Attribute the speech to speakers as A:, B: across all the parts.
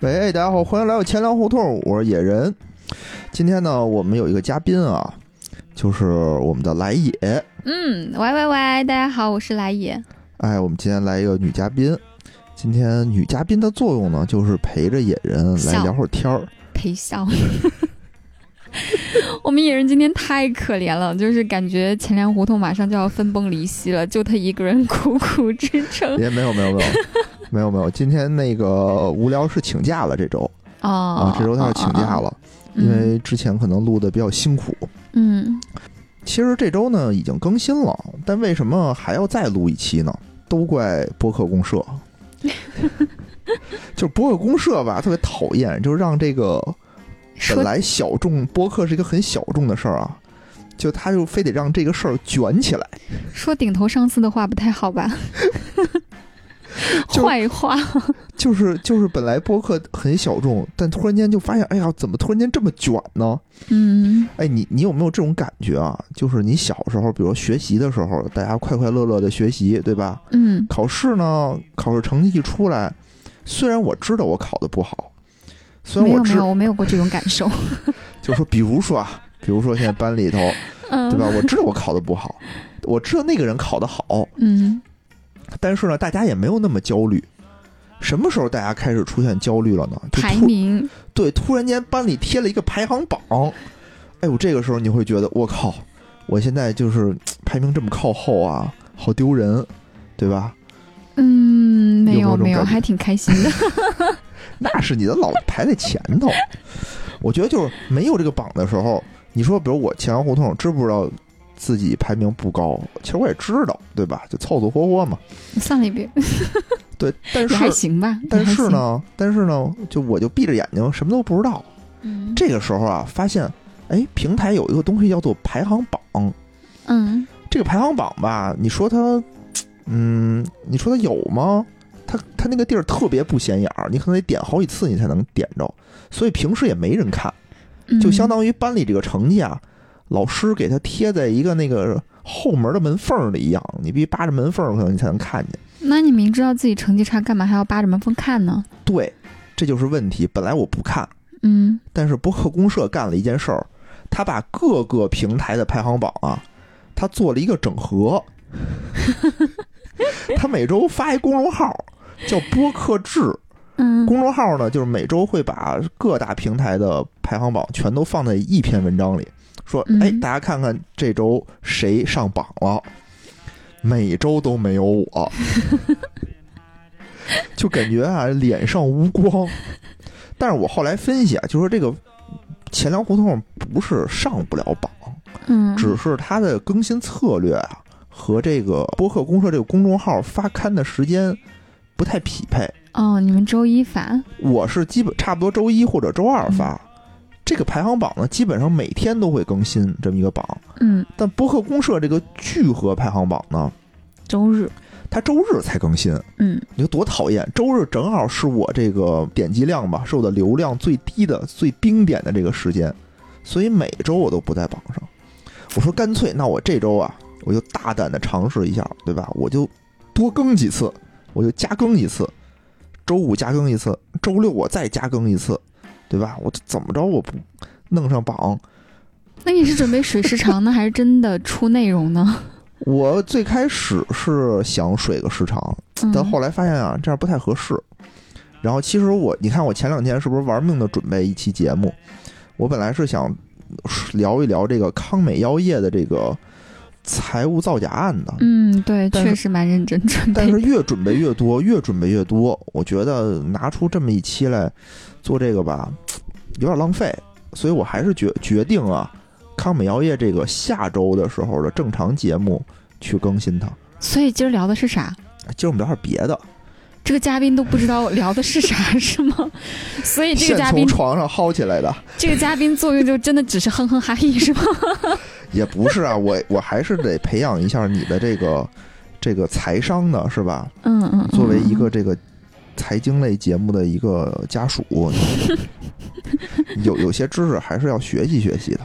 A: 喂，大家好，欢迎来到钱粮胡同，我是野人。今天呢，我们有一个嘉宾啊，就是我们的来也。
B: 嗯，喂喂喂，大家好，我是来也。
A: 哎，我们今天来一个女嘉宾。今天女嘉宾的作用呢，就是陪着野人来
B: 笑
A: 聊会儿天 儿。
B: 陪笑。 我们野人今天太可怜了，就是感觉钱粮胡同马上就要分崩离析了，就他一个人苦苦支 撑。
A: 也没有没有没有没有没 有，今天那个无聊是请假了，这周
B: 哦，
A: 啊，这周他是请假
B: 哦，
A: 了，
B: 哦
A: 因为之前可能录的比较辛苦。
B: 嗯
A: 其实这周呢已经更新了，但为什么还要再录一期呢？都怪播客公社，就是播客公社吧，特别讨厌，就是让这个
B: 嗯，
A: 本
B: 说
A: 来小众播客是一个很小众的事儿啊，就他就非得让这个事儿卷起来。
B: 说顶头上司的话不太好吧？
A: 就
B: 坏话，
A: 就是就是本来播客很小众，但突然间就发现，哎呀，怎么突然间这么卷呢？
B: 嗯
A: 哎，你你有没有这种感觉啊？就是你小时候，比如学习的时候，大家快快乐乐的学习，对吧？
B: 嗯，
A: 考试呢，考试成绩一出来，虽然我知道我考的不好，虽
B: 没
A: 然我
B: 有没
A: 知
B: 有，我没有过这种感 受，
A: 就是说，比如说啊，比如说现在班里头，
B: 嗯，
A: 对吧？？我知道我考的不好，我知道那个人考的好，
B: 嗯，
A: 但是呢，大家也没有那么焦虑。什么时候大家开始出现焦虑了呢？就
B: 排
A: 突
B: 名，
A: 对，突然间班里贴了一个排行榜，哎呦，这个时候你会觉得我靠，我现在就是嘖排名这么靠后啊，好丢人，对吧？
B: 嗯，没
A: 有没有这种
B: 没有，
A: 感觉
B: 还挺开心的。
A: 那是你的老排在前头。我觉得就是没有这个榜的时候，你说比如我前胡同知不知道自己排名不高？其实我也知道，对吧？就凑凑合合嘛。
B: 算了一遍，
A: 对，但
B: 也还
A: 是
B: 行吧。
A: 但
B: 也还
A: 是
B: 行，
A: 呢，但是呢，就我就闭着眼睛什么都不知道。
B: 嗯
A: 这个时候啊，发现哎，平台有一个东西叫做排行榜。
B: 嗯
A: 这个排行榜吧，你说它，嗯，你说它有吗？它它那个地儿特别不显眼儿，你可能得点好几次你才能点着，所以平时也没人看。
B: 嗯
A: 就相当于班里这个成绩啊，老师给他贴在一个那个后门的门缝里一样，你必须扒着门缝，可能你才能看见。
B: 那你明知道自己成绩差，干嘛还要扒着门缝看呢？
A: 对，这就是问题。本来我不看，
B: 嗯，
A: 但是播客公社干了一件事儿，他把各个平台的排行榜啊，他做了一个整合，他每周发一公众号。叫播客制
B: 嗯
A: 公众号呢，就是每周会把各大平台的排行榜全都放在一篇文章里，说，
B: 嗯
A: 哎，大家看看这周谁上榜了，每周都没有我， 就感觉啊脸上无光。但是我后来分析啊，就说这个钱粮胡同不是上不了榜，
B: 嗯，
A: 只是它的更新策略啊和这个播客公社这个公众号发刊的时间不太匹配。
B: 哦，你们周一发，
A: 我是基本差不多周一或者周二发。这个排行榜呢，基本上每天都会更新这么一个榜。
B: 嗯，
A: 但播客公社这个聚合排行榜呢，
B: 周日，
A: 它周日才更新，
B: 嗯
A: 你说多讨厌！周日正好是我这个点击量吧，是我的流量最低的、最冰点的这个时间，所以每周我都不在榜上。我说干脆，那我这周啊，我就大胆的尝试一下，对吧？我就多更几次，我就加更一次，周五加更一次，周六我再加更一次，对吧？我这怎么着我不弄上榜？
B: 那你是准备水时长呢，还是真的出内容呢？
A: 我最开始是想水个时长，
B: 嗯
A: 但后来发现啊，这样不太合适。然后其实我，你看我前两天是不是玩命的准备一期节目？我本来是想聊一聊这个康美药业的这个财务造假案的，
B: 嗯，对，
A: 但是
B: 确实蛮认真准
A: 但
B: 备
A: 是。越准备越多，越准备越多，我觉得拿出这么一期来做这个吧，有点浪费，所以我还是决决定啊，康美药业这个下周的时候的正常节目去更新它。
B: 所以今儿聊的是啥？
A: 今儿我们聊点别的，
B: 这个嘉宾都不知道聊的是啥，是吗？所哎以这
A: 现
B: 个嘉
A: 从
B: 宾，
A: 床上薅起来的。
B: 这个嘉宾作用就真的只是哼哼哈嘿，是吗？
A: 也不是啊，我我还是得培养一下你的这个这个财商的是吧？
B: 嗯嗯，嗯
A: 作为一个这个财经类节目的一个家属，有有些知识还是要学习学习的。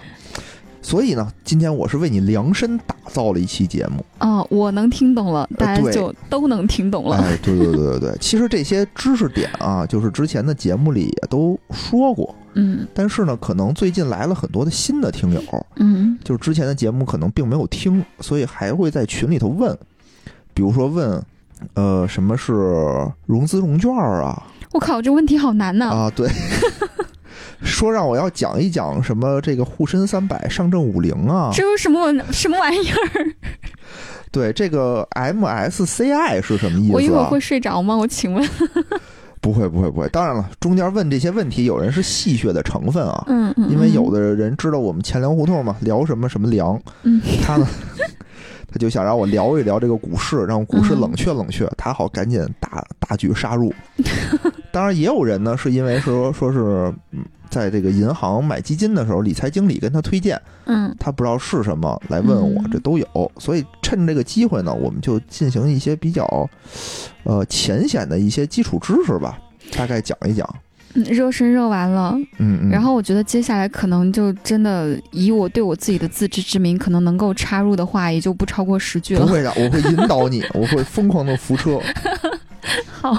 A: 所以呢，今天我是为你量身打造了一期节目。
B: 哦，我能听懂了，大家
A: 呃对
B: 就都能听懂了。
A: 哎，对对对对对，其实这些知识点啊，就是之前的节目里也都说过，
B: 嗯
A: 但是呢，可能最近来了很多的新的听友，
B: 嗯
A: 就是之前的节目可能并没有听，所以还会在群里头问，比如说问，呃，什么是融资融券儿啊？
B: 我靠，这问题好难呐、
A: 啊，对， 说让我要讲一讲什么这个沪深三百、上证五零啊，
B: 这有什么什么玩意儿？
A: 对，这个 MSCI 是什么意思、啊？
B: 我一会儿会睡着吗？我请
A: 啊
B: 问，
A: 不会不会不会，当然了，中间问这些问题，有人是戏谑的成分啊，
B: 嗯嗯，
A: 因为有
B: 的，
A: 的人知道我们钱粮胡同嘛，聊什么什么粮，
B: 嗯
A: 他 呢，他就想让我聊一聊这个股市，让股市
B: 嗯
A: 冷却冷却，他好赶紧大大举杀 入。当然，也有人呢，是因为说说是嗯在这个银行买基金的时候，理财经理跟他推荐，
B: 嗯
A: 他不知道是什么，来问我，
B: 嗯
A: 这都有。所以趁这个机会呢，我们就进行一些比较，呃，浅显的一些基础知识吧，大概讲一讲。
B: 嗯，热身热完了，
A: 嗯嗯。
B: 然后我觉得接下来可能就真的以我对我自己的自知之明，可能能够插入的话也就不超过十句
A: 不
B: 了。
A: 会的，我会引导你，我会疯狂的扶车。
B: 好，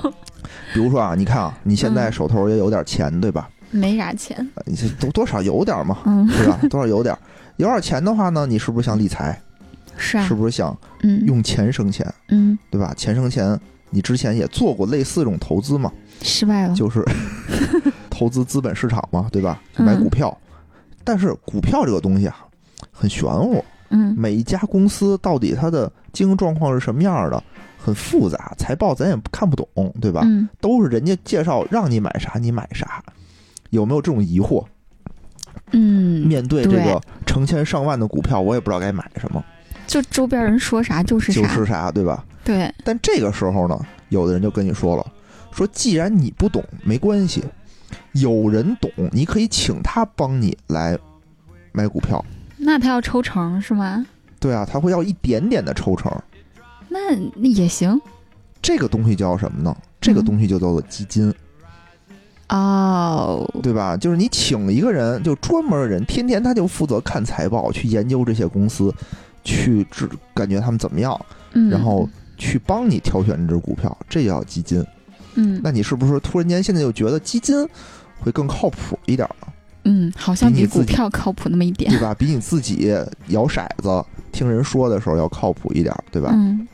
A: 比如说啊，你看啊，你现在
B: 嗯
A: 手头也有点钱，对吧？
B: 没啥钱，
A: 你这多多少有点嘛，
B: 嗯，
A: 对吧？多少有点，有点钱的话呢，你是不是想理财？
B: 是啊
A: 是，不是想
B: 嗯，
A: 用钱生钱，
B: 嗯，
A: 对吧？钱生钱，你之前也做过类似这种投资嘛？
B: 失败 了，
A: 就是投资资本市场嘛，对吧？买
B: 嗯
A: 股票，但是股票这个东西啊，很玄乎，
B: 嗯
A: 每一家公司到底它的经营状况是什么样的，很复杂，财报咱也看不懂，对吧？
B: 嗯
A: 都是人家介绍让你买啥你买啥，有没有这种疑惑？
B: 嗯，
A: 面对这
B: 对
A: 个成千上万的股票，我也不知道该买什么，
B: 就周边人说啥就是啥，
A: 就是啥，对吧？
B: 对，
A: 但这个时候呢，有的人就跟你说了，说既然你不懂，没关系，有人懂，你可以请他帮你来买股票。
B: 那他要抽成是吗？
A: 对啊，他会要一点点的抽成。
B: 那那也行
A: 这个东西叫什么呢？这个东西就叫做基金，
B: 哦，
A: 对吧？就是你请一个人，就专门的人，天天他就负责看财报，去研究这些公司，去知感觉他们怎么样，
B: 嗯，
A: 然后去帮你挑选这只股票，这叫基金。
B: 嗯
A: 那你是不是突然间现在就觉得基金会更靠谱一点呢？
B: 嗯，好像
A: 比
B: 比
A: 你自
B: 股
A: 己
B: 票靠谱那么一点
A: 对，吧？比你自己摇骰子、听人说的时候要靠谱一点儿，对吧？
B: 嗯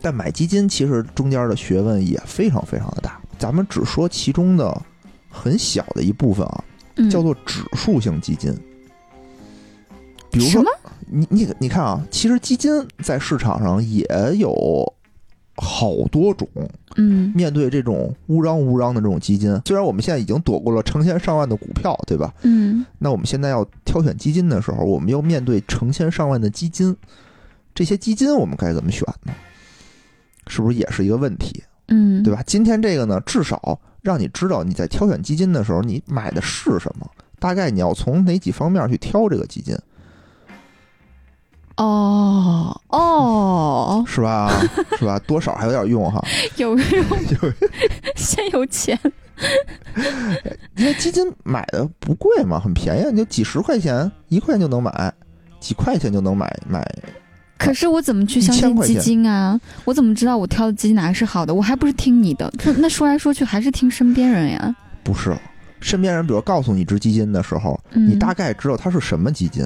A: 但买基金其实中间的学问也非常非常的大，咱们只说其中的很小的一部分啊，
B: 嗯，
A: 叫做指数性基金。比如
B: 什
A: 说
B: 么，
A: 你你你看啊，其实基金在市场上也有好多种。
B: 嗯
A: 面对这种乌嚷乌嚷的这种基金，虽然我们现在已经躲过了成千上万的股票，对吧？
B: 嗯
A: 那我们现在要挑选基金的时候，我们要面对成千上万的基金，这些基金我们该怎么选呢？是不是也是一个问题，
B: 嗯，
A: 对吧？今天这个呢，至少让你知道你在挑选基金的时候，你买的是什么，大概你要从哪几方面去挑这个基金，
B: 哦 哦，
A: 是吧？是吧？多少还有点用哈，
B: 有用，先有钱，
A: 因为基金买的不贵嘛，很便宜，你就几十块钱，一块钱就能买，几块钱就能买买
B: 可是我怎么去相
A: 1000
B: 信
A: 块钱
B: 基金啊？我怎么知道我挑的基金哪个是好的？我还不是听你的，这那说来说去还是听身边人呀。
A: 不是，身边人比如告诉你一只基金的时候，
B: 嗯，
A: 你大概知道它是什么基金，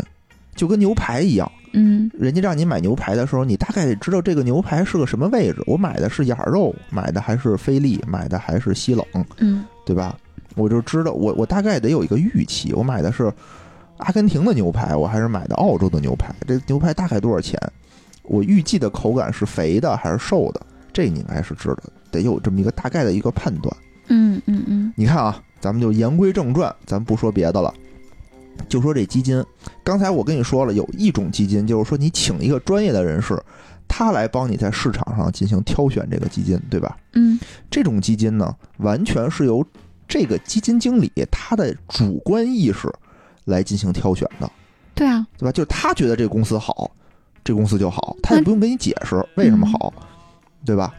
A: 就跟牛排一样，
B: 嗯
A: 人家让你买牛排的时候，你大概得知道这个牛排是个什么位置，我买的是眼肉，买的还是菲力，买的还是西冷，
B: 嗯
A: 对吧？我就知道，我我大概得有一个预期，我买的是阿根廷的牛排，我还是买的澳洲的牛排，这牛排大概多少钱？我预计的口感是肥的还是瘦的？这你应该是知道的，得有这么一个大概的一个判断。
B: 嗯嗯嗯
A: 你看啊，咱们就言归正传，咱不说别的了，就说这基金。刚才我跟你说了，有一种基金，就是说你请一个专业的人士，他来帮你在市场上进行挑选这个基金，对吧？
B: 嗯
A: 这种基金呢，完全是由这个基金经理他的主观意识来进行挑选的，
B: 对啊，
A: 对吧？就是他觉得这个公司好，这公司就好，他也不用跟你解释为什么好，对吧？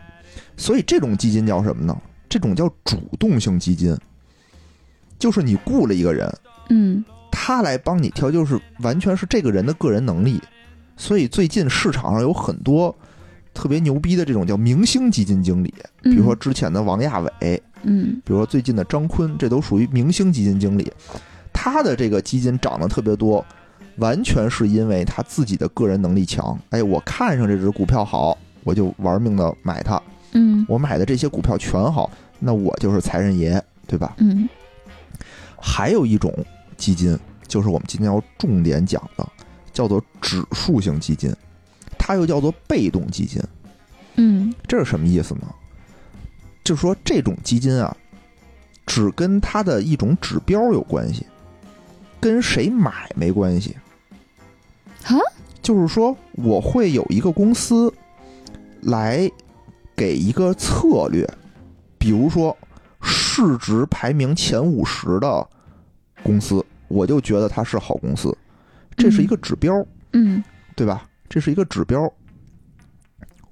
A: 所以这种基金叫什么呢？这种叫主动性基金，就是你雇了一个人，
B: 嗯
A: 他来帮你挑，就是完全是这个人的个人能力，所以最近市场上有很多特别牛逼的这种叫明星基金经理，
B: 比
A: 比如说，之前的王亚伟，
B: 嗯
A: 比如说最近的张坤，这都属于明星基金经理。他的这个基金涨得特别多，完全是因为他自己的个人能力强。哎，我看上这只股票好，我就玩命的买它。
B: 嗯
A: 我买的这些股票全好，那我就是财神爷，对吧？
B: 嗯
A: 还有一种基金，就是我们今天要重点讲的，叫做指数型基金，它又叫做被动基金。
B: 嗯
A: 这是什么意思呢？就是说这种基金啊，只跟它的一种指标有关系，跟谁买没关系。
B: 啊？
A: 就是说我会有一个公司来给一个策略，比如说市值排名前五十的公司，我就觉得它是好公司，这是一个指标。
B: 嗯
A: 对吧？这是一个指标，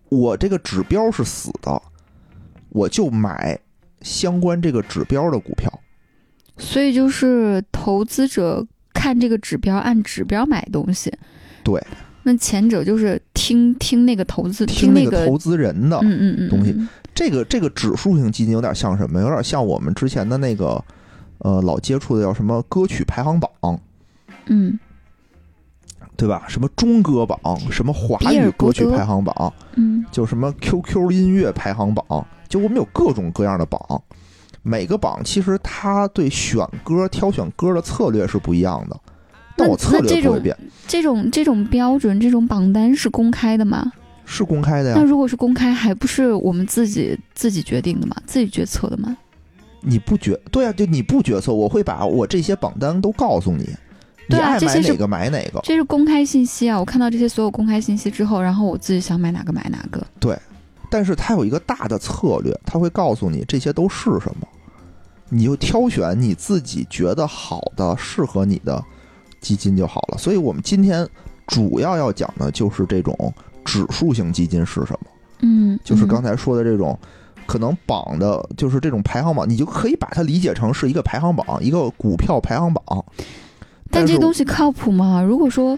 A: 我这个指标是死的，我就买相关这个指标的股票。
B: 所以就是投资者看这个指标，按指标买东西。
A: 对。
B: 那前者就是听听那个投资，
A: 听
B: 那
A: 个投资人的、
B: 嗯嗯嗯
A: 东西
B: 嗯
A: 这个这个指数型基金有点像什么？有点像我们之前的那个呃老接触的叫什么歌曲排行榜，
B: 嗯
A: 对吧？什么中歌榜，什么华
B: 比
A: 语
B: 尔
A: 歌
B: 伯
A: 曲
B: 德
A: 排行榜，
B: 嗯
A: 就什么 QQ 音乐排行榜，就我们有各种各样的榜，每个榜其实它对选歌、挑选歌的策略是不一样的，但
B: 那
A: 我策
B: 那这
A: 略不会
B: 种
A: 变，
B: 这种这种标准，这种榜单是公开的吗？
A: 是公开的
B: 那
A: 哎呀。
B: 如果是公开，还不是我们自己自己决定的吗？自己决策的吗？
A: 你不决对呀、就你不决策，我会把我这些榜单都告诉你，你
B: 对啊
A: 爱
B: 这
A: 买
B: 些是
A: 哪个买哪个。
B: 这是公开信息啊！我看到这些所有公开信息之后，然后我自己想买哪个买哪个。
A: 但是它有一个大的策略，它会告诉你这些都是什么，你就挑选你自己觉得好的、适合你的基金就好了。所以我们今天主要要讲的就是这种指数型基金是什么，
B: 嗯，
A: 就是刚
B: 嗯
A: 才说的这种。可能榜的，就是这种排行榜，你就可以把它理解成是一个排行榜，一个股票排行榜。
B: 但
A: 但
B: 这
A: 是
B: 东西靠谱吗？如果说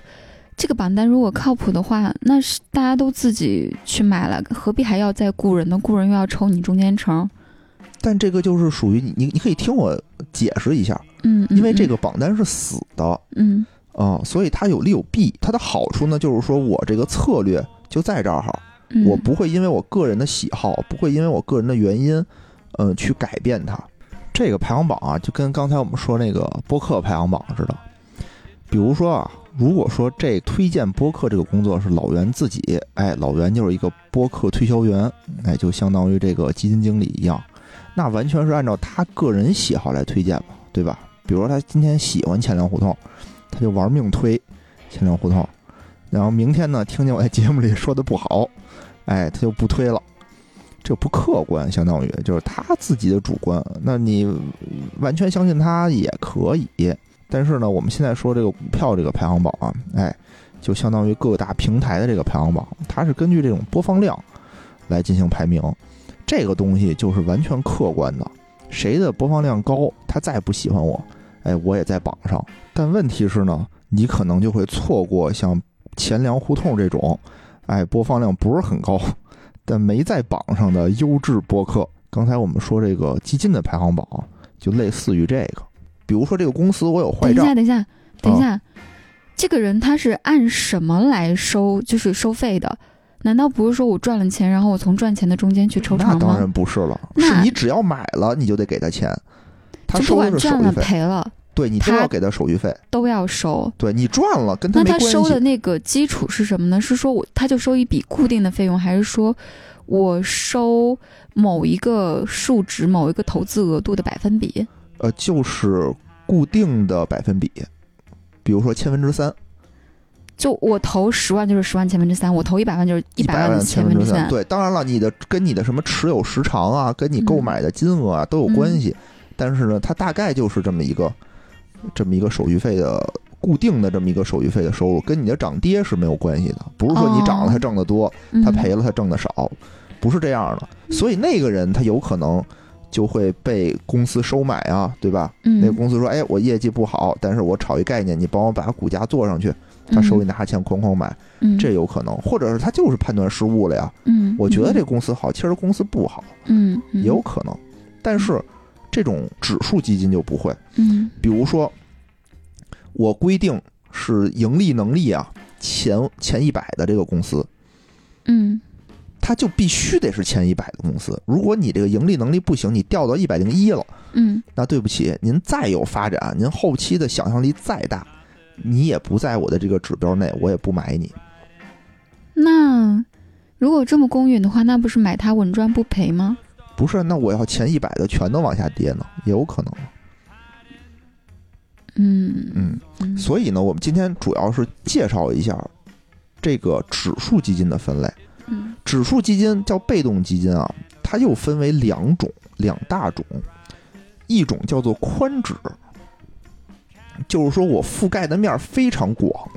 B: 这个榜单如果靠谱的话，那是大家都自己去买了，何必还要再雇人呢？雇人又要抽你中间成。
A: 但这个就是属于你，你你可以听我解释一下，
B: 嗯，嗯
A: 因为这
B: 嗯
A: 个榜单是死的，
B: 嗯
A: 啊、所以它有利有弊。它的好处呢，就是说我这个策略就在这儿哈，
B: 嗯，
A: 我不会因为我个人的喜好，不会因为我个人的原因，嗯、去改变它。这个排行榜啊，就跟刚才我们说那个播客排行榜似的。比如说啊，如果说这推荐播客这个工作是老袁自己，哎，老袁就是一个播客推销员，哎，就相当于这个基金经理一样，那完全是按照他个人喜好来推荐嘛，对吧？比如说他今天喜欢钱粮胡同，他就玩命推钱粮胡同，然后明天呢，听见我在节目里说的不好，哎，他就不推了。这不客观，相当于就是他自己的主观。那你完全相信他也可以，但是呢，我们现在说这个股票这个排行榜啊，哎，就相当于各大平台的这个排行榜，它是根据这种播放量来进行排名。这个东西就是完全客观的，谁的播放量高，他再不喜欢我，哎，我也在榜上。但问题是呢，你可能就会错过像钱粮胡同这种，哎，播放量不是很高，但没在榜上的优质播客。刚才我们说这个基金的排行榜，就类似于这个。比如说这个公司我有坏
B: 等一
A: 账啊
B: 下，，等一下，等一下，这个人他是按什么来收，就是收费的？难道不是说我赚了钱，然后我从赚钱的中间去抽
A: 那
B: 成
A: 当
B: 吗？
A: 然不是了，
B: 那
A: 是你只要买了，你就得给他钱，他
B: 就
A: 收的
B: 不管
A: 是手
B: 赚
A: 续
B: 了
A: 费，
B: 赔了
A: 对你都
B: 他
A: 要给他手续费。
B: 都要收。
A: 对你赚了，跟
B: 那
A: 没
B: 他
A: 关系。
B: 收的那个基础是什么呢？是说我他就收一笔固定的费用，还是说我收某一个数值、某一个投资额度的百分比？
A: 呃，就是固定的百分比，比如说千分之三，
B: 就我投十万就是十万千分之三，我投一百万就是
A: 一
B: 一百
A: 百
B: 万
A: 万千
B: 分
A: 分
B: 之
A: 三。。对，当然了，你的跟你的什么持有时长啊，跟你购
B: 嗯
A: 买的金额啊都有关系，但是呢，它大概就是这么一个这么一个手续费的。固定的这么一个手续费的收入，跟你的涨跌是没有关系的，不是说你涨了
B: 哦
A: 它挣得多，
B: 嗯
A: 他赔了他挣的少，不是这样的。所以那个人他有可能就会被公司收买啊，对吧？
B: 嗯，
A: 那个公司说，哎，我业绩不好，但是我炒一概念，你帮我把股价做上去，他手里拿钱哐哐买，
B: 嗯，
A: 这有可能，或者是他就是判断失误了呀。
B: 嗯，
A: 我觉得这公司好，其实公司不好，
B: 嗯
A: 也有可能。但是这种指数基金就不会，
B: 嗯
A: 比如说我规定是盈利能力啊前前一百的这个公司，
B: 嗯
A: 它就必须得是前一百的公司。如果你这个盈利能力不行，你掉到一百零一了，
B: 嗯
A: 那对不起，您再有发展，您后期的想象力再大，你也不在我的这个指标内，我也不买你。
B: 那如果这么公允的话，那不是买它稳赚不赔吗？
A: 不是，那我要前一百的全都往下跌呢，也有可能。
B: 嗯
A: 嗯，
B: 嗯
A: 所以呢，我们今天主要是介绍一下这个指数基金的分类。
B: 嗯
A: 指数基金叫被动基金啊，它又分为两种，两大种，一种叫做宽指，就是说我覆盖的面儿非常广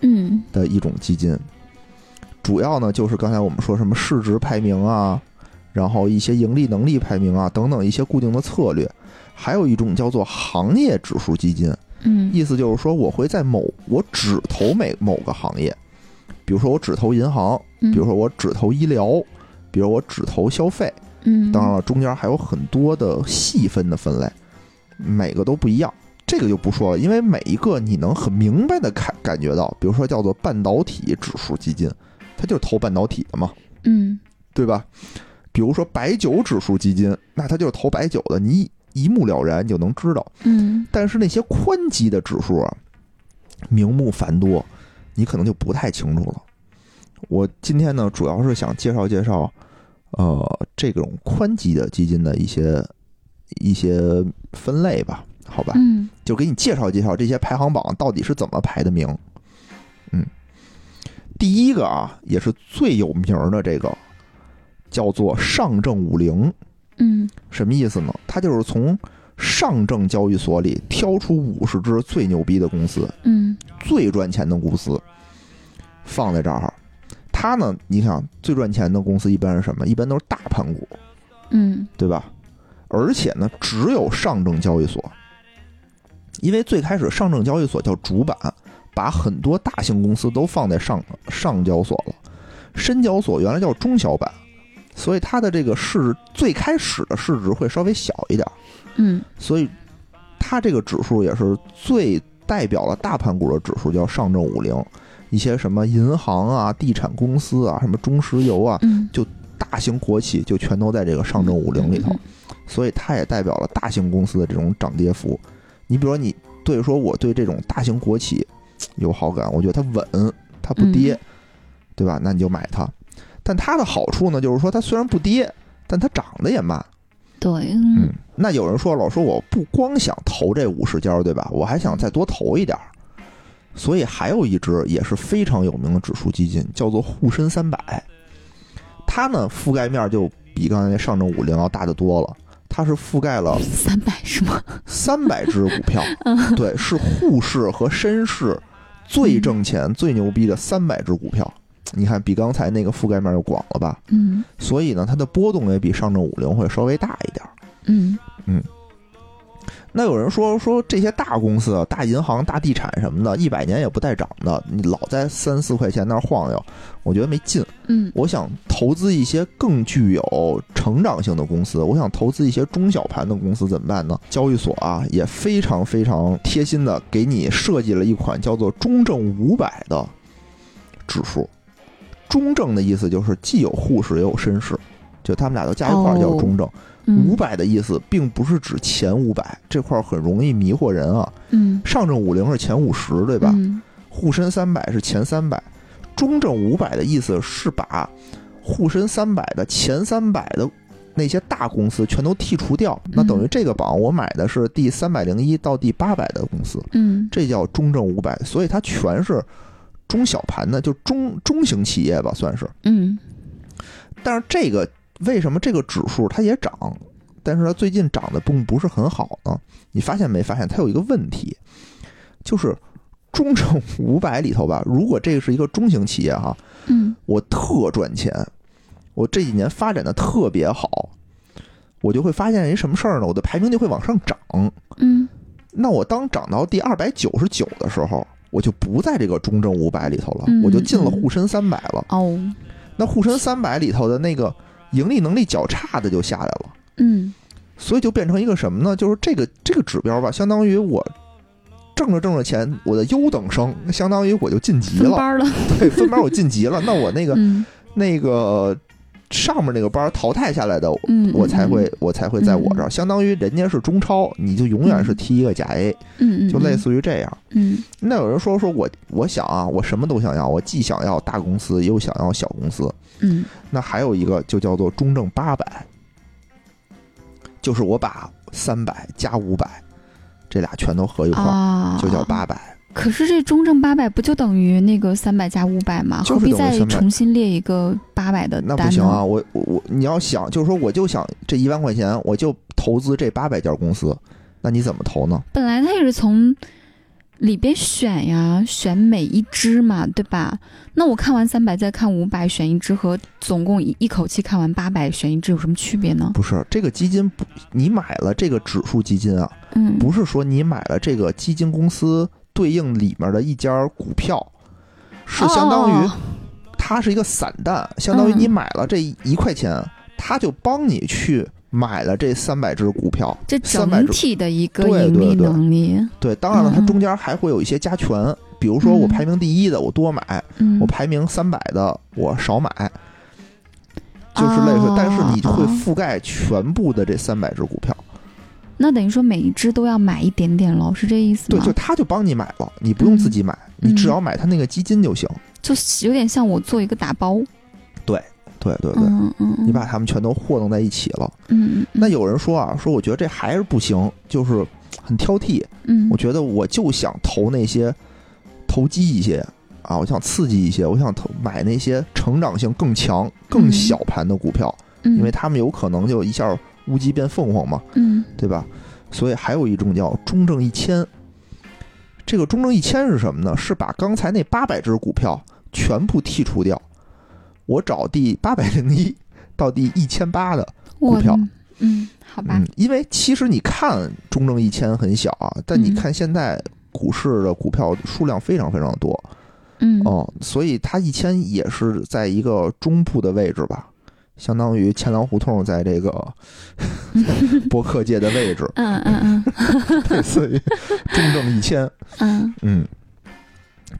B: 嗯
A: 的一种基金，主要呢就是刚才我们说什么市值排名啊，然后一些盈利能力排名啊等等一些固定的策略，还有一种叫做行业指数基金，
B: 嗯
A: 意思就是说我会在某我只投每某个行业，比如说我只投银行，
B: 嗯，
A: 比如说我只投医疗，比如我只投消费，
B: 嗯，
A: 当然了，中间还有很多的细分的分类，每个都不一样。这个就不说了，因为每一个你能很明白的感感觉到，比如说叫做半导体指数基金，它就是投半导体的嘛，
B: 嗯
A: 对吧？比如说白酒指数基金，那它就是投白酒的，你一一目了然你就能知道。
B: 嗯
A: 但是那些宽基的指数啊，名目繁多，你可能就不太清楚了。我今天呢，主要是想介绍介绍，呃，这种宽基的基金的一些一些分类吧，好吧，
B: 嗯
A: 就给你介绍介绍这些排行榜到底是怎么排的名。嗯，第一个啊，也是最有名儿的这个，叫做上证五零。
B: 嗯
A: 什么意思呢？它就是从上证交易所里挑出五十只最牛逼的公司、
B: 嗯
A: 最赚钱的公司，放在这儿。它呢，你看最赚钱的公司一般是什么？一般都是大盘股，
B: 嗯
A: 对吧？而且呢，只有上证交易所，因为最开始上证交易所叫主板，把很多大型公司都放在上上交所了。深交所原来叫中小板，所以它的这个市最开始的市值会稍微小一点。
B: 嗯
A: 所以它这个指数也是最代表了大盘股的指数，叫上证五零。一些什么银行啊、地产公司啊、什么中石油啊，
B: 嗯，
A: 大型国企就全都在这个上证五零里
B: 嗯
A: 头，所以它也代表了大型公司的这种涨跌幅。你比如说，你对说我对这种大型国企有好感，我觉得它稳，它不跌，
B: 嗯
A: 对吧？那你就买它。但它的好处呢，就是说它虽然不跌，但它涨得也慢，
B: 对，
A: 嗯，那有人说老说我不光想投这五十家，对吧？我还想再多投一点儿。所以还有一只也是非常有名的指数基金，叫做沪深三百。它呢覆盖面就比刚才那上证五零要大得多了，它是覆盖了
B: 三百是吗？
A: 三百只股票，对，是沪市和深市最挣钱、最牛逼的三百只股票。你看，比刚才那个覆盖面就广了吧？
B: 嗯
A: 所以呢，它的波动也比上证五零会稍微大一点儿。
B: 嗯
A: 那有人说说这些大公司、啊、大银行、大地产什么的，一百年也不带涨的，你老在三四块钱那儿晃悠，我觉得没劲。
B: 嗯
A: 我想投资一些更具有成长性的公司，我想投资一些中小盘的公司怎么办呢？交易所啊也非常非常贴心的给你设计了一款叫做中证五百的指数。中证的意思就是既有沪市也有深市，就他们俩都加一块儿叫
B: 哦
A: 中证。五
B: 嗯
A: 百的意思并不是指前五百，这块儿很容易迷惑人啊。
B: 嗯，
A: 上证五零是前五十，对
B: 对
A: 吧？
B: 嗯
A: 沪深三百是前三百，中证五百的意思是把沪深三百的前三百的那些大公司全都剔除掉，那等于
B: 嗯
A: 这个榜我买的是第三百零一到第八百的公司，
B: 嗯
A: 这叫中证五百，所以它全是中小盘的，就中中型企业吧，算是。
B: 嗯
A: 但是这个为什么这个指数它也涨，但是它最近涨得并不是很好呢？你发现没发现它有一个问题，就是中证 五百里头吧，如果这个是一个中型企业哈、
B: 嗯
A: 我特赚钱，我这几年发展的特别好，我就会发现一什么事儿呢？我的排名就会往上涨。
B: 嗯
A: 那我当涨到第二百九十九的时候，我就不在这个中证五百里头了，
B: 嗯
A: 我就进了沪深三百了。
B: 哦
A: 那沪深三百里头的那个盈利能力较差的就下来了，
B: 嗯
A: 所以就变成一个什么呢？就是这个这个指标吧，相当于我挣着挣着钱，我的优等生，相当于我就晋级
B: 分
A: 了，
B: 班了，
A: 对，分班我晋级了。那我那个、
B: 嗯
A: 那个上面那个班淘汰下来的，
B: 嗯，
A: 我才
B: 嗯
A: 会我才会在我这儿，相当于人家是中超，你就永远是踢一个甲 A，
B: 嗯嗯
A: 就类似于这样。
B: 嗯
A: 那有人说说我我想啊，我什么都想要，我既想要大公司，又想要小公司。
B: 嗯
A: 那还有一个就叫做中证八百，就是我把三百加五百这俩全都合一
B: 嗯
A: 块儿，
B: 啊，
A: 就叫八百。
B: 可是这中证八百不就等于那个三百加五百吗？
A: 就是
B: 何必
A: 等于
B: 再
A: 300
B: 重新列一个八百的
A: 那
B: 呃单呢？
A: 不行啊，我我我，你要想，就是说我就想这一万块钱，我就投资这八百家公司，那你怎么投呢？
B: 本来他也是从里边选呀，选每一只嘛，对吧？那我看完三百再看五百，选一只和总共一一口气看完八百选一只有什么区别呢？
A: 不是这个基金不，你买了这个指数基金啊，
B: 嗯，
A: 不是说你买了这个基金公司对应里面的一家股票，是相当于
B: 哦
A: 它是一个散弹，相当于
B: 嗯
A: 你买了这一块钱，它就帮你去买了这三百只股票。
B: 这
A: 300
B: 整
A: 只
B: 体的一个
A: 对
B: 盈
A: 对
B: 利
A: 对
B: 能力，
A: 对，当然了，
B: 嗯
A: 它中间还会有一些加权，比如说我
B: 嗯
A: 排名第一的我多买，
B: 嗯，啊
A: 我排名三百的我少买，就是类似
B: 哦。
A: 但是你会
B: 哦
A: 覆盖全部的这三百只股票，
B: 那等于说每一只都要买一点点喽，是这意思
A: 对，
B: 吗？
A: 就它就帮你买了，你不用自己买，
B: 嗯
A: 你只要买它那个基金就行。
B: 就有点像我做一个打包，
A: 对对对。
B: 嗯嗯嗯，
A: 你把它们全都和弄在一起了。
B: 嗯嗯嗯
A: 那有人说啊，说我觉得这还是不行，就是很挑剔。
B: 嗯
A: 我觉得我就想投那些投机一些啊，我想刺激一些，我想投买那些成长性更强、更
B: 嗯
A: 小盘的股票，
B: 嗯
A: 因为他们有可能就一下乌鸡变凤凰嘛，
B: 嗯
A: 对吧？所以还有一种叫中证一千。这个中证一千是什么呢？是把刚才那八百只股票全部剔除掉，我找第八百零一到第一千八的，
B: 我
A: 股票
B: 嗯好吧
A: 嗯，因为其实你看中证一千很小啊，但你
B: 嗯
A: 看现在股市的股票数量非常非常多
B: 嗯，
A: 哦、所以它一千也是在一个中部的位置吧，相当于千粮胡同在这个博客界的位置
B: 嗯嗯嗯
A: 类似于中证一千。
B: 嗯
A: 嗯，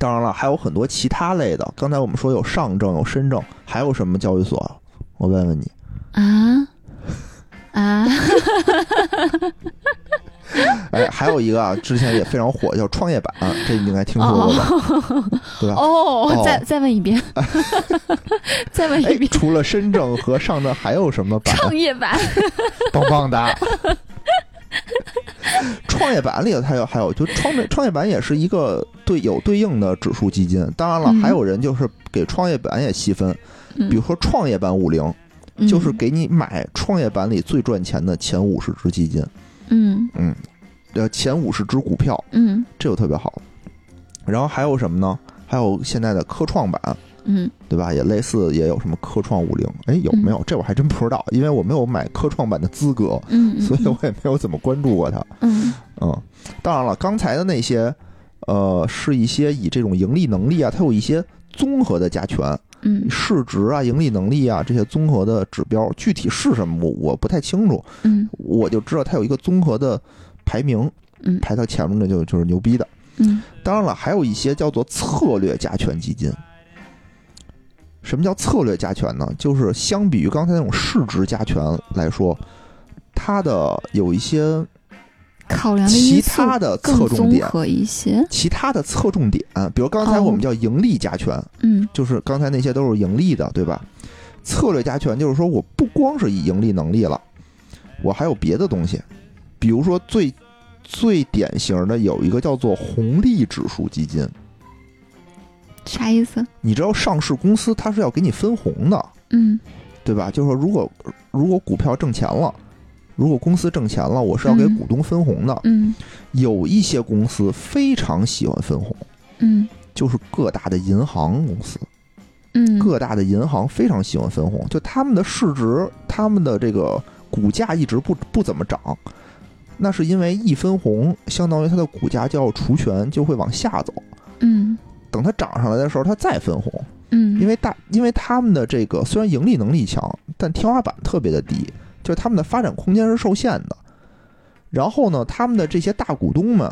A: 当然了，还有很多其他类的。刚才我们说有上证，有深证，还有什么交易所啊？我问问你，
B: 啊啊，
A: 哎，还有一个啊，之前也非常火，叫创业板，这你应该听说过吧？
B: 哦
A: 对吧？
B: 哦，再再问 一遍，再问
A: 哎
B: 一，遍，
A: 除了深圳和上证，还有什么板？
B: 创业板
A: 棒棒的。创业板里头还有还有，就创业创业板也是一个对有对应的指数基金。当然了，
B: 嗯
A: 还有人就是给创业板也细分，比如说创业板五零，
B: 嗯
A: 就是给你买创业板里最赚钱的前五十只基金，
B: 嗯
A: 呃，前五十只股票，
B: 嗯
A: 这就特别好。然后还有什么呢？还有现在的科创板，
B: 嗯
A: 对吧？也类似，也有什么科创五零，哎，有没有？这我还真不知道，因为我没有买科创板的资格，
B: 嗯，
A: 所以我也没有怎么关注过它。
B: 嗯
A: 嗯，当然了，刚才的那些，呃，是一些以这种盈利能力啊，它有一些综合的加权，
B: 嗯
A: 市值啊、盈利能力啊这些综合的指标，具体是什么我我不太清楚，
B: 嗯
A: 我就知道它有一个综合的排名，
B: 嗯
A: 排到前面的就就是牛逼的。
B: 嗯
A: 当然了，还有一些叫做策略加权基金。什么叫策略加权呢？就是相比于刚才那种市值加权来说，它的有一些
B: 考量的
A: 其
B: 因素
A: 他的
B: 更
A: 侧重
B: 综
A: 点，
B: 合一些，
A: 其他的侧重点，比如刚才
B: 哦
A: 我们叫盈利加权，
B: 嗯
A: 就是刚才那些都是盈利的，对吧？策略加权就是说我不光是以盈利能力了，我还有别的东西，比如说最最典型的有一个叫做红利指数基金，
B: 啥意思？
A: 你知道上市公司它是要给你分红的，
B: 嗯
A: 对吧？就是说如果如果股票挣钱了，如果公司挣钱了，我是要给
B: 嗯
A: 股东分红的。
B: 嗯
A: 有一些公司非常喜欢分红，
B: 嗯
A: 就是各大的银行公司。
B: 嗯，
A: 各大的银行非常喜欢分红，就他们的市值、他们的这个股价一直不不怎么涨，那是因为一分红相当于它的股价就要除权，就会往下走。
B: 嗯
A: 等它涨上来的时候，它再分红，
B: 嗯，
A: 因为大，因为他们的这个虽然盈利能力强，但天花板特别的低，就是他们的发展空间是受限的。然后呢，他们的这些大股东们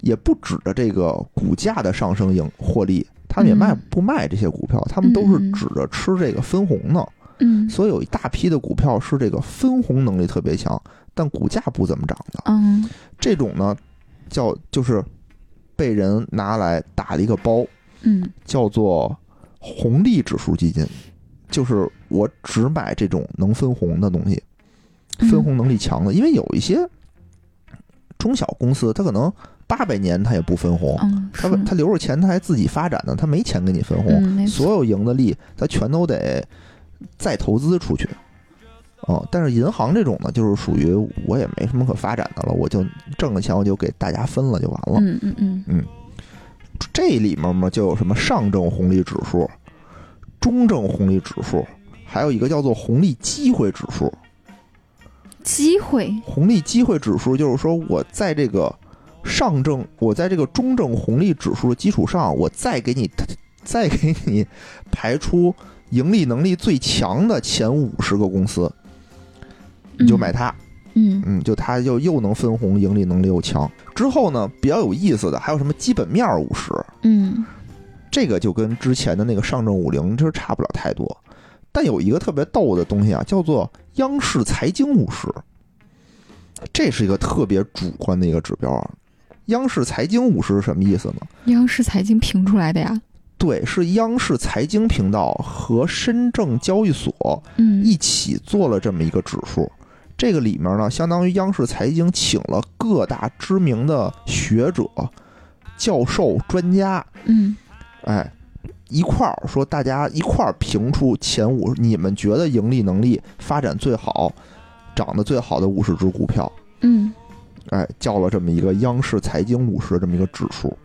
A: 也不指着这个股价的上升盈获利，他们也卖
B: 嗯
A: 不卖这些股票，他们都是
B: 嗯嗯
A: 指着吃这个分红呢。
B: 嗯
A: 所以有一大批的股票是这个分红能力特别强，但股价不怎么涨的。
B: 嗯
A: 这种呢，叫就是被人拿来打了一个包，
B: 嗯
A: 叫做红利指数基金，就是我只买这种能分红的东西，
B: 嗯
A: 分红能力强的，因为有一些中小公司，它可能八百年它也不分红，
B: 嗯，
A: 它
B: 是
A: 它留着钱它还自己发展呢，它没钱给你分红，
B: 嗯没错，
A: 所有赢的利它全都得再投资出去。哦，但是银行这种呢，就是属于我也没什么可发展的了，我就挣了钱我就给大家分了就完了。
B: 嗯嗯嗯
A: 这里面嘛就有什么上证红利指数、中证红利指数，还有一个叫做红利机会指数。
B: 机会，
A: 红利机会指数就是说我在这个上证，我在这个中证红利指数的基础上，我再给你 再给你排出盈利能力最强的前五十个公司，你就
B: 嗯
A: 买它。
B: 嗯
A: 嗯，就它就又能分红，盈利能力又强。之后呢，比较有意思的还有什么基本面五十，
B: 嗯
A: 这个就跟之前的那个上证五零就是差不了太多。但有一个特别逗的东西啊，叫做央视财经五十，这是一个特别主观的一个指标啊。央视财经五十是什么意思呢？
B: 央视财经评出来的呀，
A: 对，是央视财经频道和深证交易所
B: 嗯
A: 一起做了这么一个指数。这个里面呢，相当于央视财经请了各大知名的学者、教授、专家，
B: 嗯
A: 哎，一块儿说大家一块儿评出前五，你们觉得盈利能力发展最好、涨得最好的五十只股票，
B: 嗯，
A: 哎，叫了这么一个央视财经五十这么一个指数。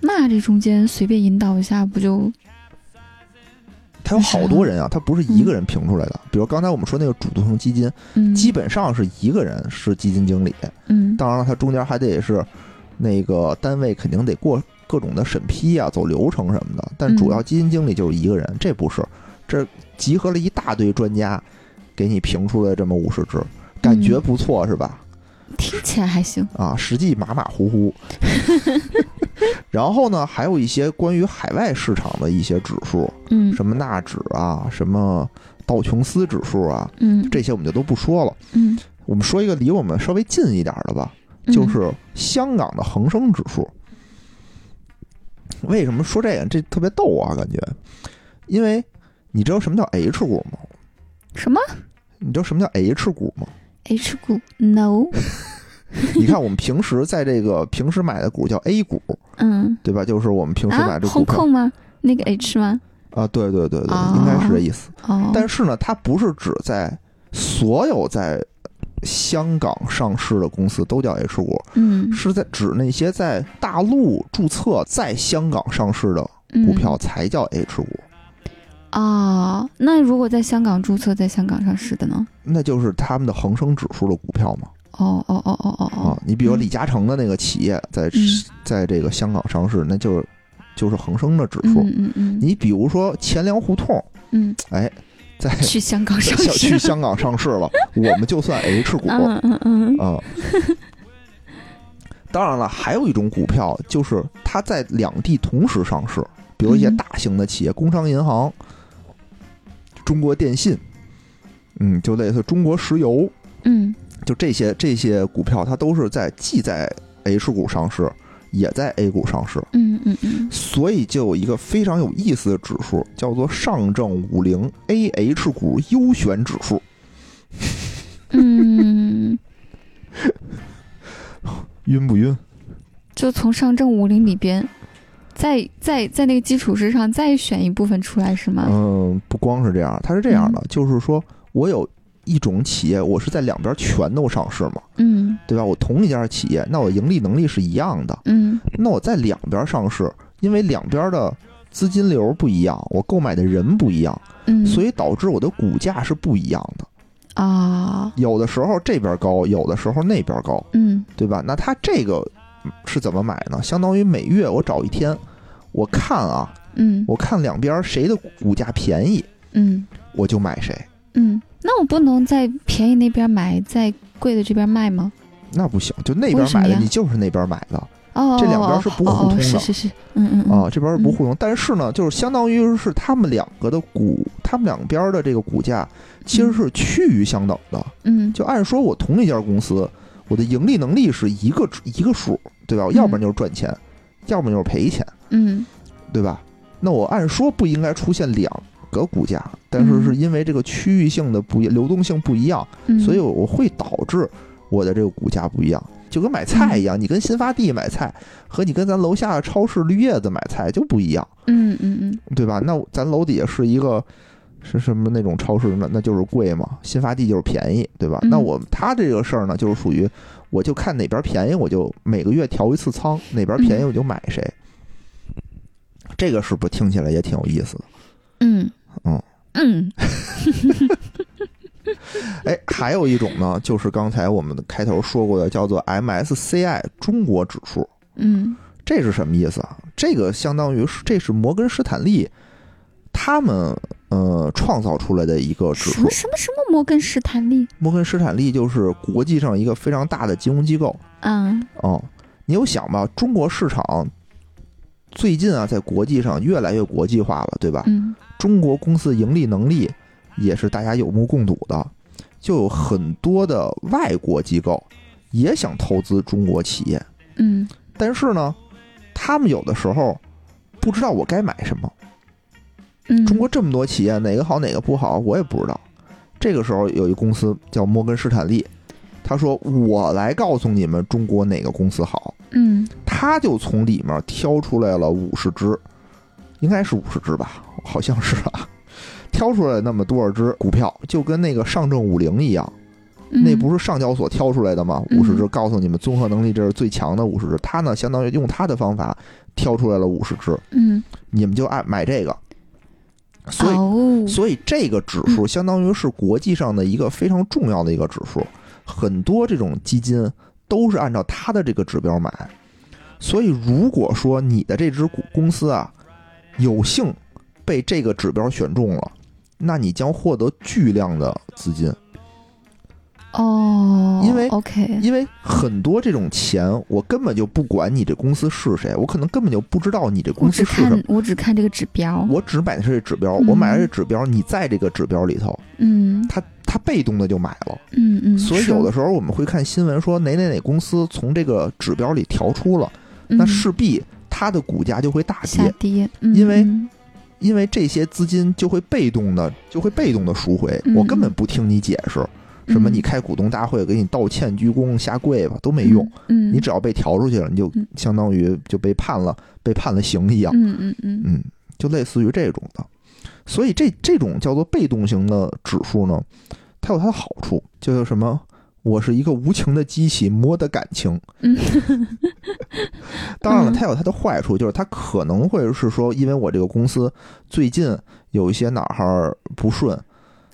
B: 那这中间随便引导一下，不就
A: 它有好多人啊，它不是一个人评出来的。比如刚才我们说那个主动型基金，
B: 嗯
A: 基本上是一个人是基金经理，
B: 嗯
A: 当然了，它中间还得是那个单位肯定得过各种的审批啊，走流程什么的。但主要基金经理就是一个人，这不是，这集合了一大堆专家，给你评出来这么五十只，感觉不错、是吧？
B: 听起来还行，
A: 啊，实际马马虎虎。然后呢，还有一些关于海外市场的一些指数，
B: 嗯
A: 什么纳指啊，什么道琼斯指数啊，
B: 嗯
A: 这些我们就都不说了。
B: 嗯，
A: 我们说一个离我们稍微近一点的吧，
B: 嗯
A: 就是香港的恒生指数。为什么说这个？这特别逗啊，感觉，因为你知道什么叫 H 股吗？
B: 什么
A: 你知道什么叫 H 股吗？
B: H 股 No，
A: 你看我们平时在这个平时买的股叫 A 股，
B: 嗯
A: 对吧？就是我们平时买
B: 啊，
A: 这
B: 红
A: 股票
B: 控吗？那个 H 吗？
A: 啊，对对对对，
B: 啊
A: 应该是这意思。
B: 哦，
A: 但是呢，它不是指在所有在香港上市的公司都叫 H 股，
B: 嗯
A: 是在指那些在大陆注册在香港上市的
B: 嗯
A: 股票才叫 H 股，
B: 啊，哦那如果在香港注册，在香港上市的呢？
A: 那就是他们的恒生指数的股票嘛。
B: 哦哦哦哦哦
A: 啊
B: 哦，，
A: 你比如
B: 嗯
A: 李嘉诚的那个企业在、
B: 嗯
A: 在这个香港上市，那就是就是恒生的指数。
B: 嗯嗯嗯，
A: 你比如说钱粮胡同，
B: 嗯
A: 哎，在
B: 去香港上
A: 小去
B: 市，
A: 香港上市了，我们就算 H 股啊、
B: 嗯嗯嗯
A: 当然了，还有一种股票就是它在两地同时上市，比如一些
B: 嗯
A: 大型的企业，工商银行、中国电信，嗯，就类似中国石油，
B: 嗯
A: 就这些这些股票，它都是在既在 H 股上市，也在 A 股上市，
B: 嗯嗯嗯，
A: 所以就有一个非常有意思的指数，叫做上证五零 AH 股优选指数。
B: 嗯，
A: 晕不晕？
B: 就从上证五零里边，在在在那个基础之上再选一部分出来是吗？
A: 嗯，不光是这样，它是这样的，
B: 啊嗯
A: 就是说我有一种企业，我是在两边全都上市嘛，
B: 嗯
A: 对吧？我同一家企业，那我盈利能力是一样的，
B: 嗯
A: 那我在两边上市，因为两边的资金流不一样，我购买的人不一样，
B: 嗯，
A: 所
B: 以
A: 以导致我的股价是不一样的。
B: 啊，
A: 有的时候这边高，有的时候那边高，
B: 嗯
A: 对吧？那它这个是怎么买呢？相当于每月我找一天，我看啊，
B: 嗯
A: 我看两边谁的股价便宜，
B: 嗯
A: 我就买谁。
B: 嗯，那我不能在便宜那边买，在贵的这边卖吗？
A: 那不行，就那
B: 为
A: 边
B: 什么
A: 买的
B: 呀
A: 你就是那边买的
B: 哦，
A: 这两
B: 哦
A: 边是不
B: 哦
A: 互
B: 哦
A: 通的
B: 是是是，嗯嗯嗯
A: 啊，这边是不互通。但是呢，就是相当于是他们两个的股，他们两边的这个股价其实是趋于相等的。
B: 嗯，
A: 就按说我同一家公司，我的盈利能力是一个一个数，对吧？要不然就是赚钱，要不然就是赔钱，
B: 嗯
A: 对吧？那我按说不应该出现两个股价，但是
B: 嗯
A: 是因为这个区域性的不一流动性不一样，
B: 嗯，
A: 所以我会导致我的这个股价不一样。就跟买菜一样，你跟新发地买菜和你跟咱楼下超市绿叶子买菜就不一样，
B: 嗯嗯嗯
A: 对吧？那咱楼底下是一个是什么那种超市，那那就是贵嘛，新发地就是便宜，对吧？
B: 嗯
A: 那我他这个事儿呢，就是属于我就看哪边便宜，我就每个月调一次仓，哪边便宜
B: 嗯
A: 我就买谁。这个是不是听起来也挺有意思的？
B: 嗯
A: 嗯
B: 嗯
A: 哎，还有一种呢，就是刚才我们开头说过的，叫做 MSCI 中国指数。
B: 嗯
A: 这是什么意思啊？这个相当于是这是摩根士坦利他们呃创造出来的一个指
B: 什
A: 数
B: 么。什么什么摩根士坦利，
A: 摩根士坦利就是国际上一个非常大的金融机构
B: 嗯
A: 啊、嗯你有想吧，中国市场最近啊，在国际上越来越国际化了，对吧？
B: 嗯
A: 中国公司盈利能力也是大家有目共睹的，就有很多的外国机构也想投资中国企业，
B: 嗯
A: 但是呢，他们有的时候不知道我该买什么。
B: 嗯，
A: 中国这么多企业，哪个好哪个不好，我也不知道。这个时候有一公司叫摩根士坦利，他说我来告诉你们中国哪个公司好，
B: 嗯
A: 他就从里面挑出来了五十只，应该是五十只吧，好像是啊，挑出来那么多少只股票，就跟那个上证五零一样，那不是上交所挑出来的吗？五十只，
B: 嗯
A: 告诉你们综合能力这是最强的五十只，他呢相当于用他的方法挑出来了五十只，
B: 嗯
A: 你们就爱买这个，所以
B: 哦
A: 所以这个指数相当于是国际上的一个非常重要的一个指数，很多这种基金都是按照它的这个指标买。所以如果说你的这只股公司啊有幸被这个指标选中了，那你将获得巨量的资金，
B: 哦，
A: 因为
B: OK
A: 因为很多这种钱我根本就不管你这公司是谁，我可能根本就不知道你这
B: 我
A: 公司
B: 只
A: 是什么
B: 看。我只看这个指标，
A: 我只买的是这指标，
B: 嗯
A: 我买了这指标，你在这个指标里头，
B: 嗯
A: 它它被动的就买了，
B: 嗯嗯，
A: 所以
B: 是
A: 有的时候我们会看新闻说哪哪哪公司从这个指标里调出了，那
B: 嗯
A: 势必它的股价就会大
B: 下
A: 跌，
B: 跌，嗯
A: 因为
B: 嗯
A: 因为这些资金就会被动的就会被动的赎回
B: 嗯，
A: 我根本不听你解释，什么
B: 嗯
A: 你开股东大会给你道歉、鞠躬、下跪吧都没用，，
B: 嗯，嗯
A: 你只要被调出去了，你就
B: 嗯
A: 相当于就被判了被判了刑一样，
B: 嗯嗯嗯
A: 嗯，就类似于这种的。所以这这种叫做被动型的指数呢，它有它的好处，就叫什么？我是一个无情的机器，摸的感情。
B: 嗯
A: 当然了，
B: 嗯
A: 它有它的坏处，就是它可能会是说，因为我这个公司最近有一些哪儿不顺，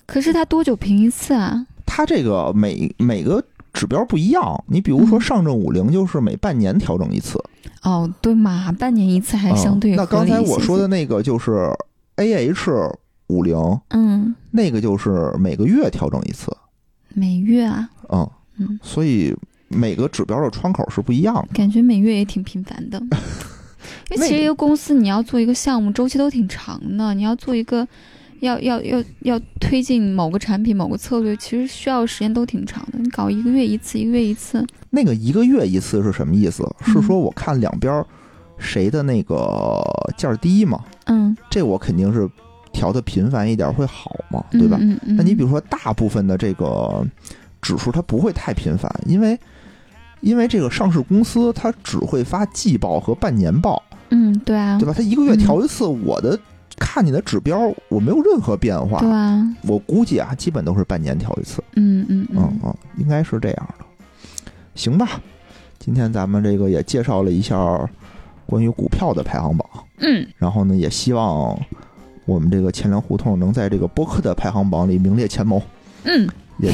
B: 可是它多久评一次啊？
A: 它这个每每个指标不一样。你比如说
B: 嗯
A: 上证五零就是每半年调整一次，
B: 哦，对嘛，半年一次还
A: 嗯
B: 相对
A: 那
B: 合
A: 刚
B: 理
A: 才
B: 一
A: 我
B: 些
A: 说的，那个就是 A H 五零，
B: 嗯，
A: 那个就是每个月调整一次，
B: 每月啊，
A: 嗯，
B: 嗯，
A: 所以每个指标的窗口是不一样的。
B: 感觉每月也挺频繁 的。因为其
A: 那
B: 实一个公司你要做一个项目，周期都挺长的。你要做一个，要要要要推进某个产品、某个策略，其实需要时间都挺长的。你搞一个月一次，一个月一次，
A: 那个一个月一次是什么意思？
B: 嗯
A: 是说我看两边儿谁的那个价儿低嘛？
B: 嗯，
A: 这我肯定是调的频繁一点会好嘛，对吧？
B: 嗯嗯嗯、
A: 那你比如说大部分的这个指数它不会太频繁，因为因为这个上市公司它只会发季报和半年报，
B: 嗯，对啊，
A: 对
B: 对
A: 吧？它一个月调一次，我的看你的指标我没有任何变化，
B: 啊，
A: 我估计啊，基本都是半年调一次。
B: 嗯嗯
A: 嗯
B: 嗯，
A: 嗯，应该是这样的。行吧，今天咱们这个也介绍了一下关于股票的排行榜，
B: 嗯，
A: 然后呢，也希望我们这个钱粮胡同能在这个播客的排行榜里名列前茅。
B: 嗯，
A: 也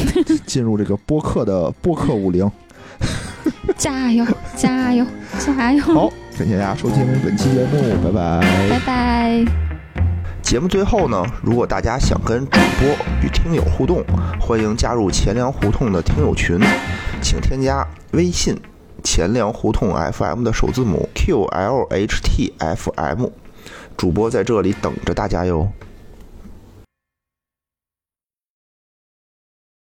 A: 进入这个播客的播客五零。
B: 加油，加油，加油！
A: 好，感谢大家收听本期节目，拜拜。
B: 拜拜。
A: 节目最后呢，如果大家想跟主播与听友互动，欢迎加入钱粮胡同的听友群，请添加微信“钱粮胡同 FM” 的首字母 “QLHTFM”，主播在这里等着大家哟。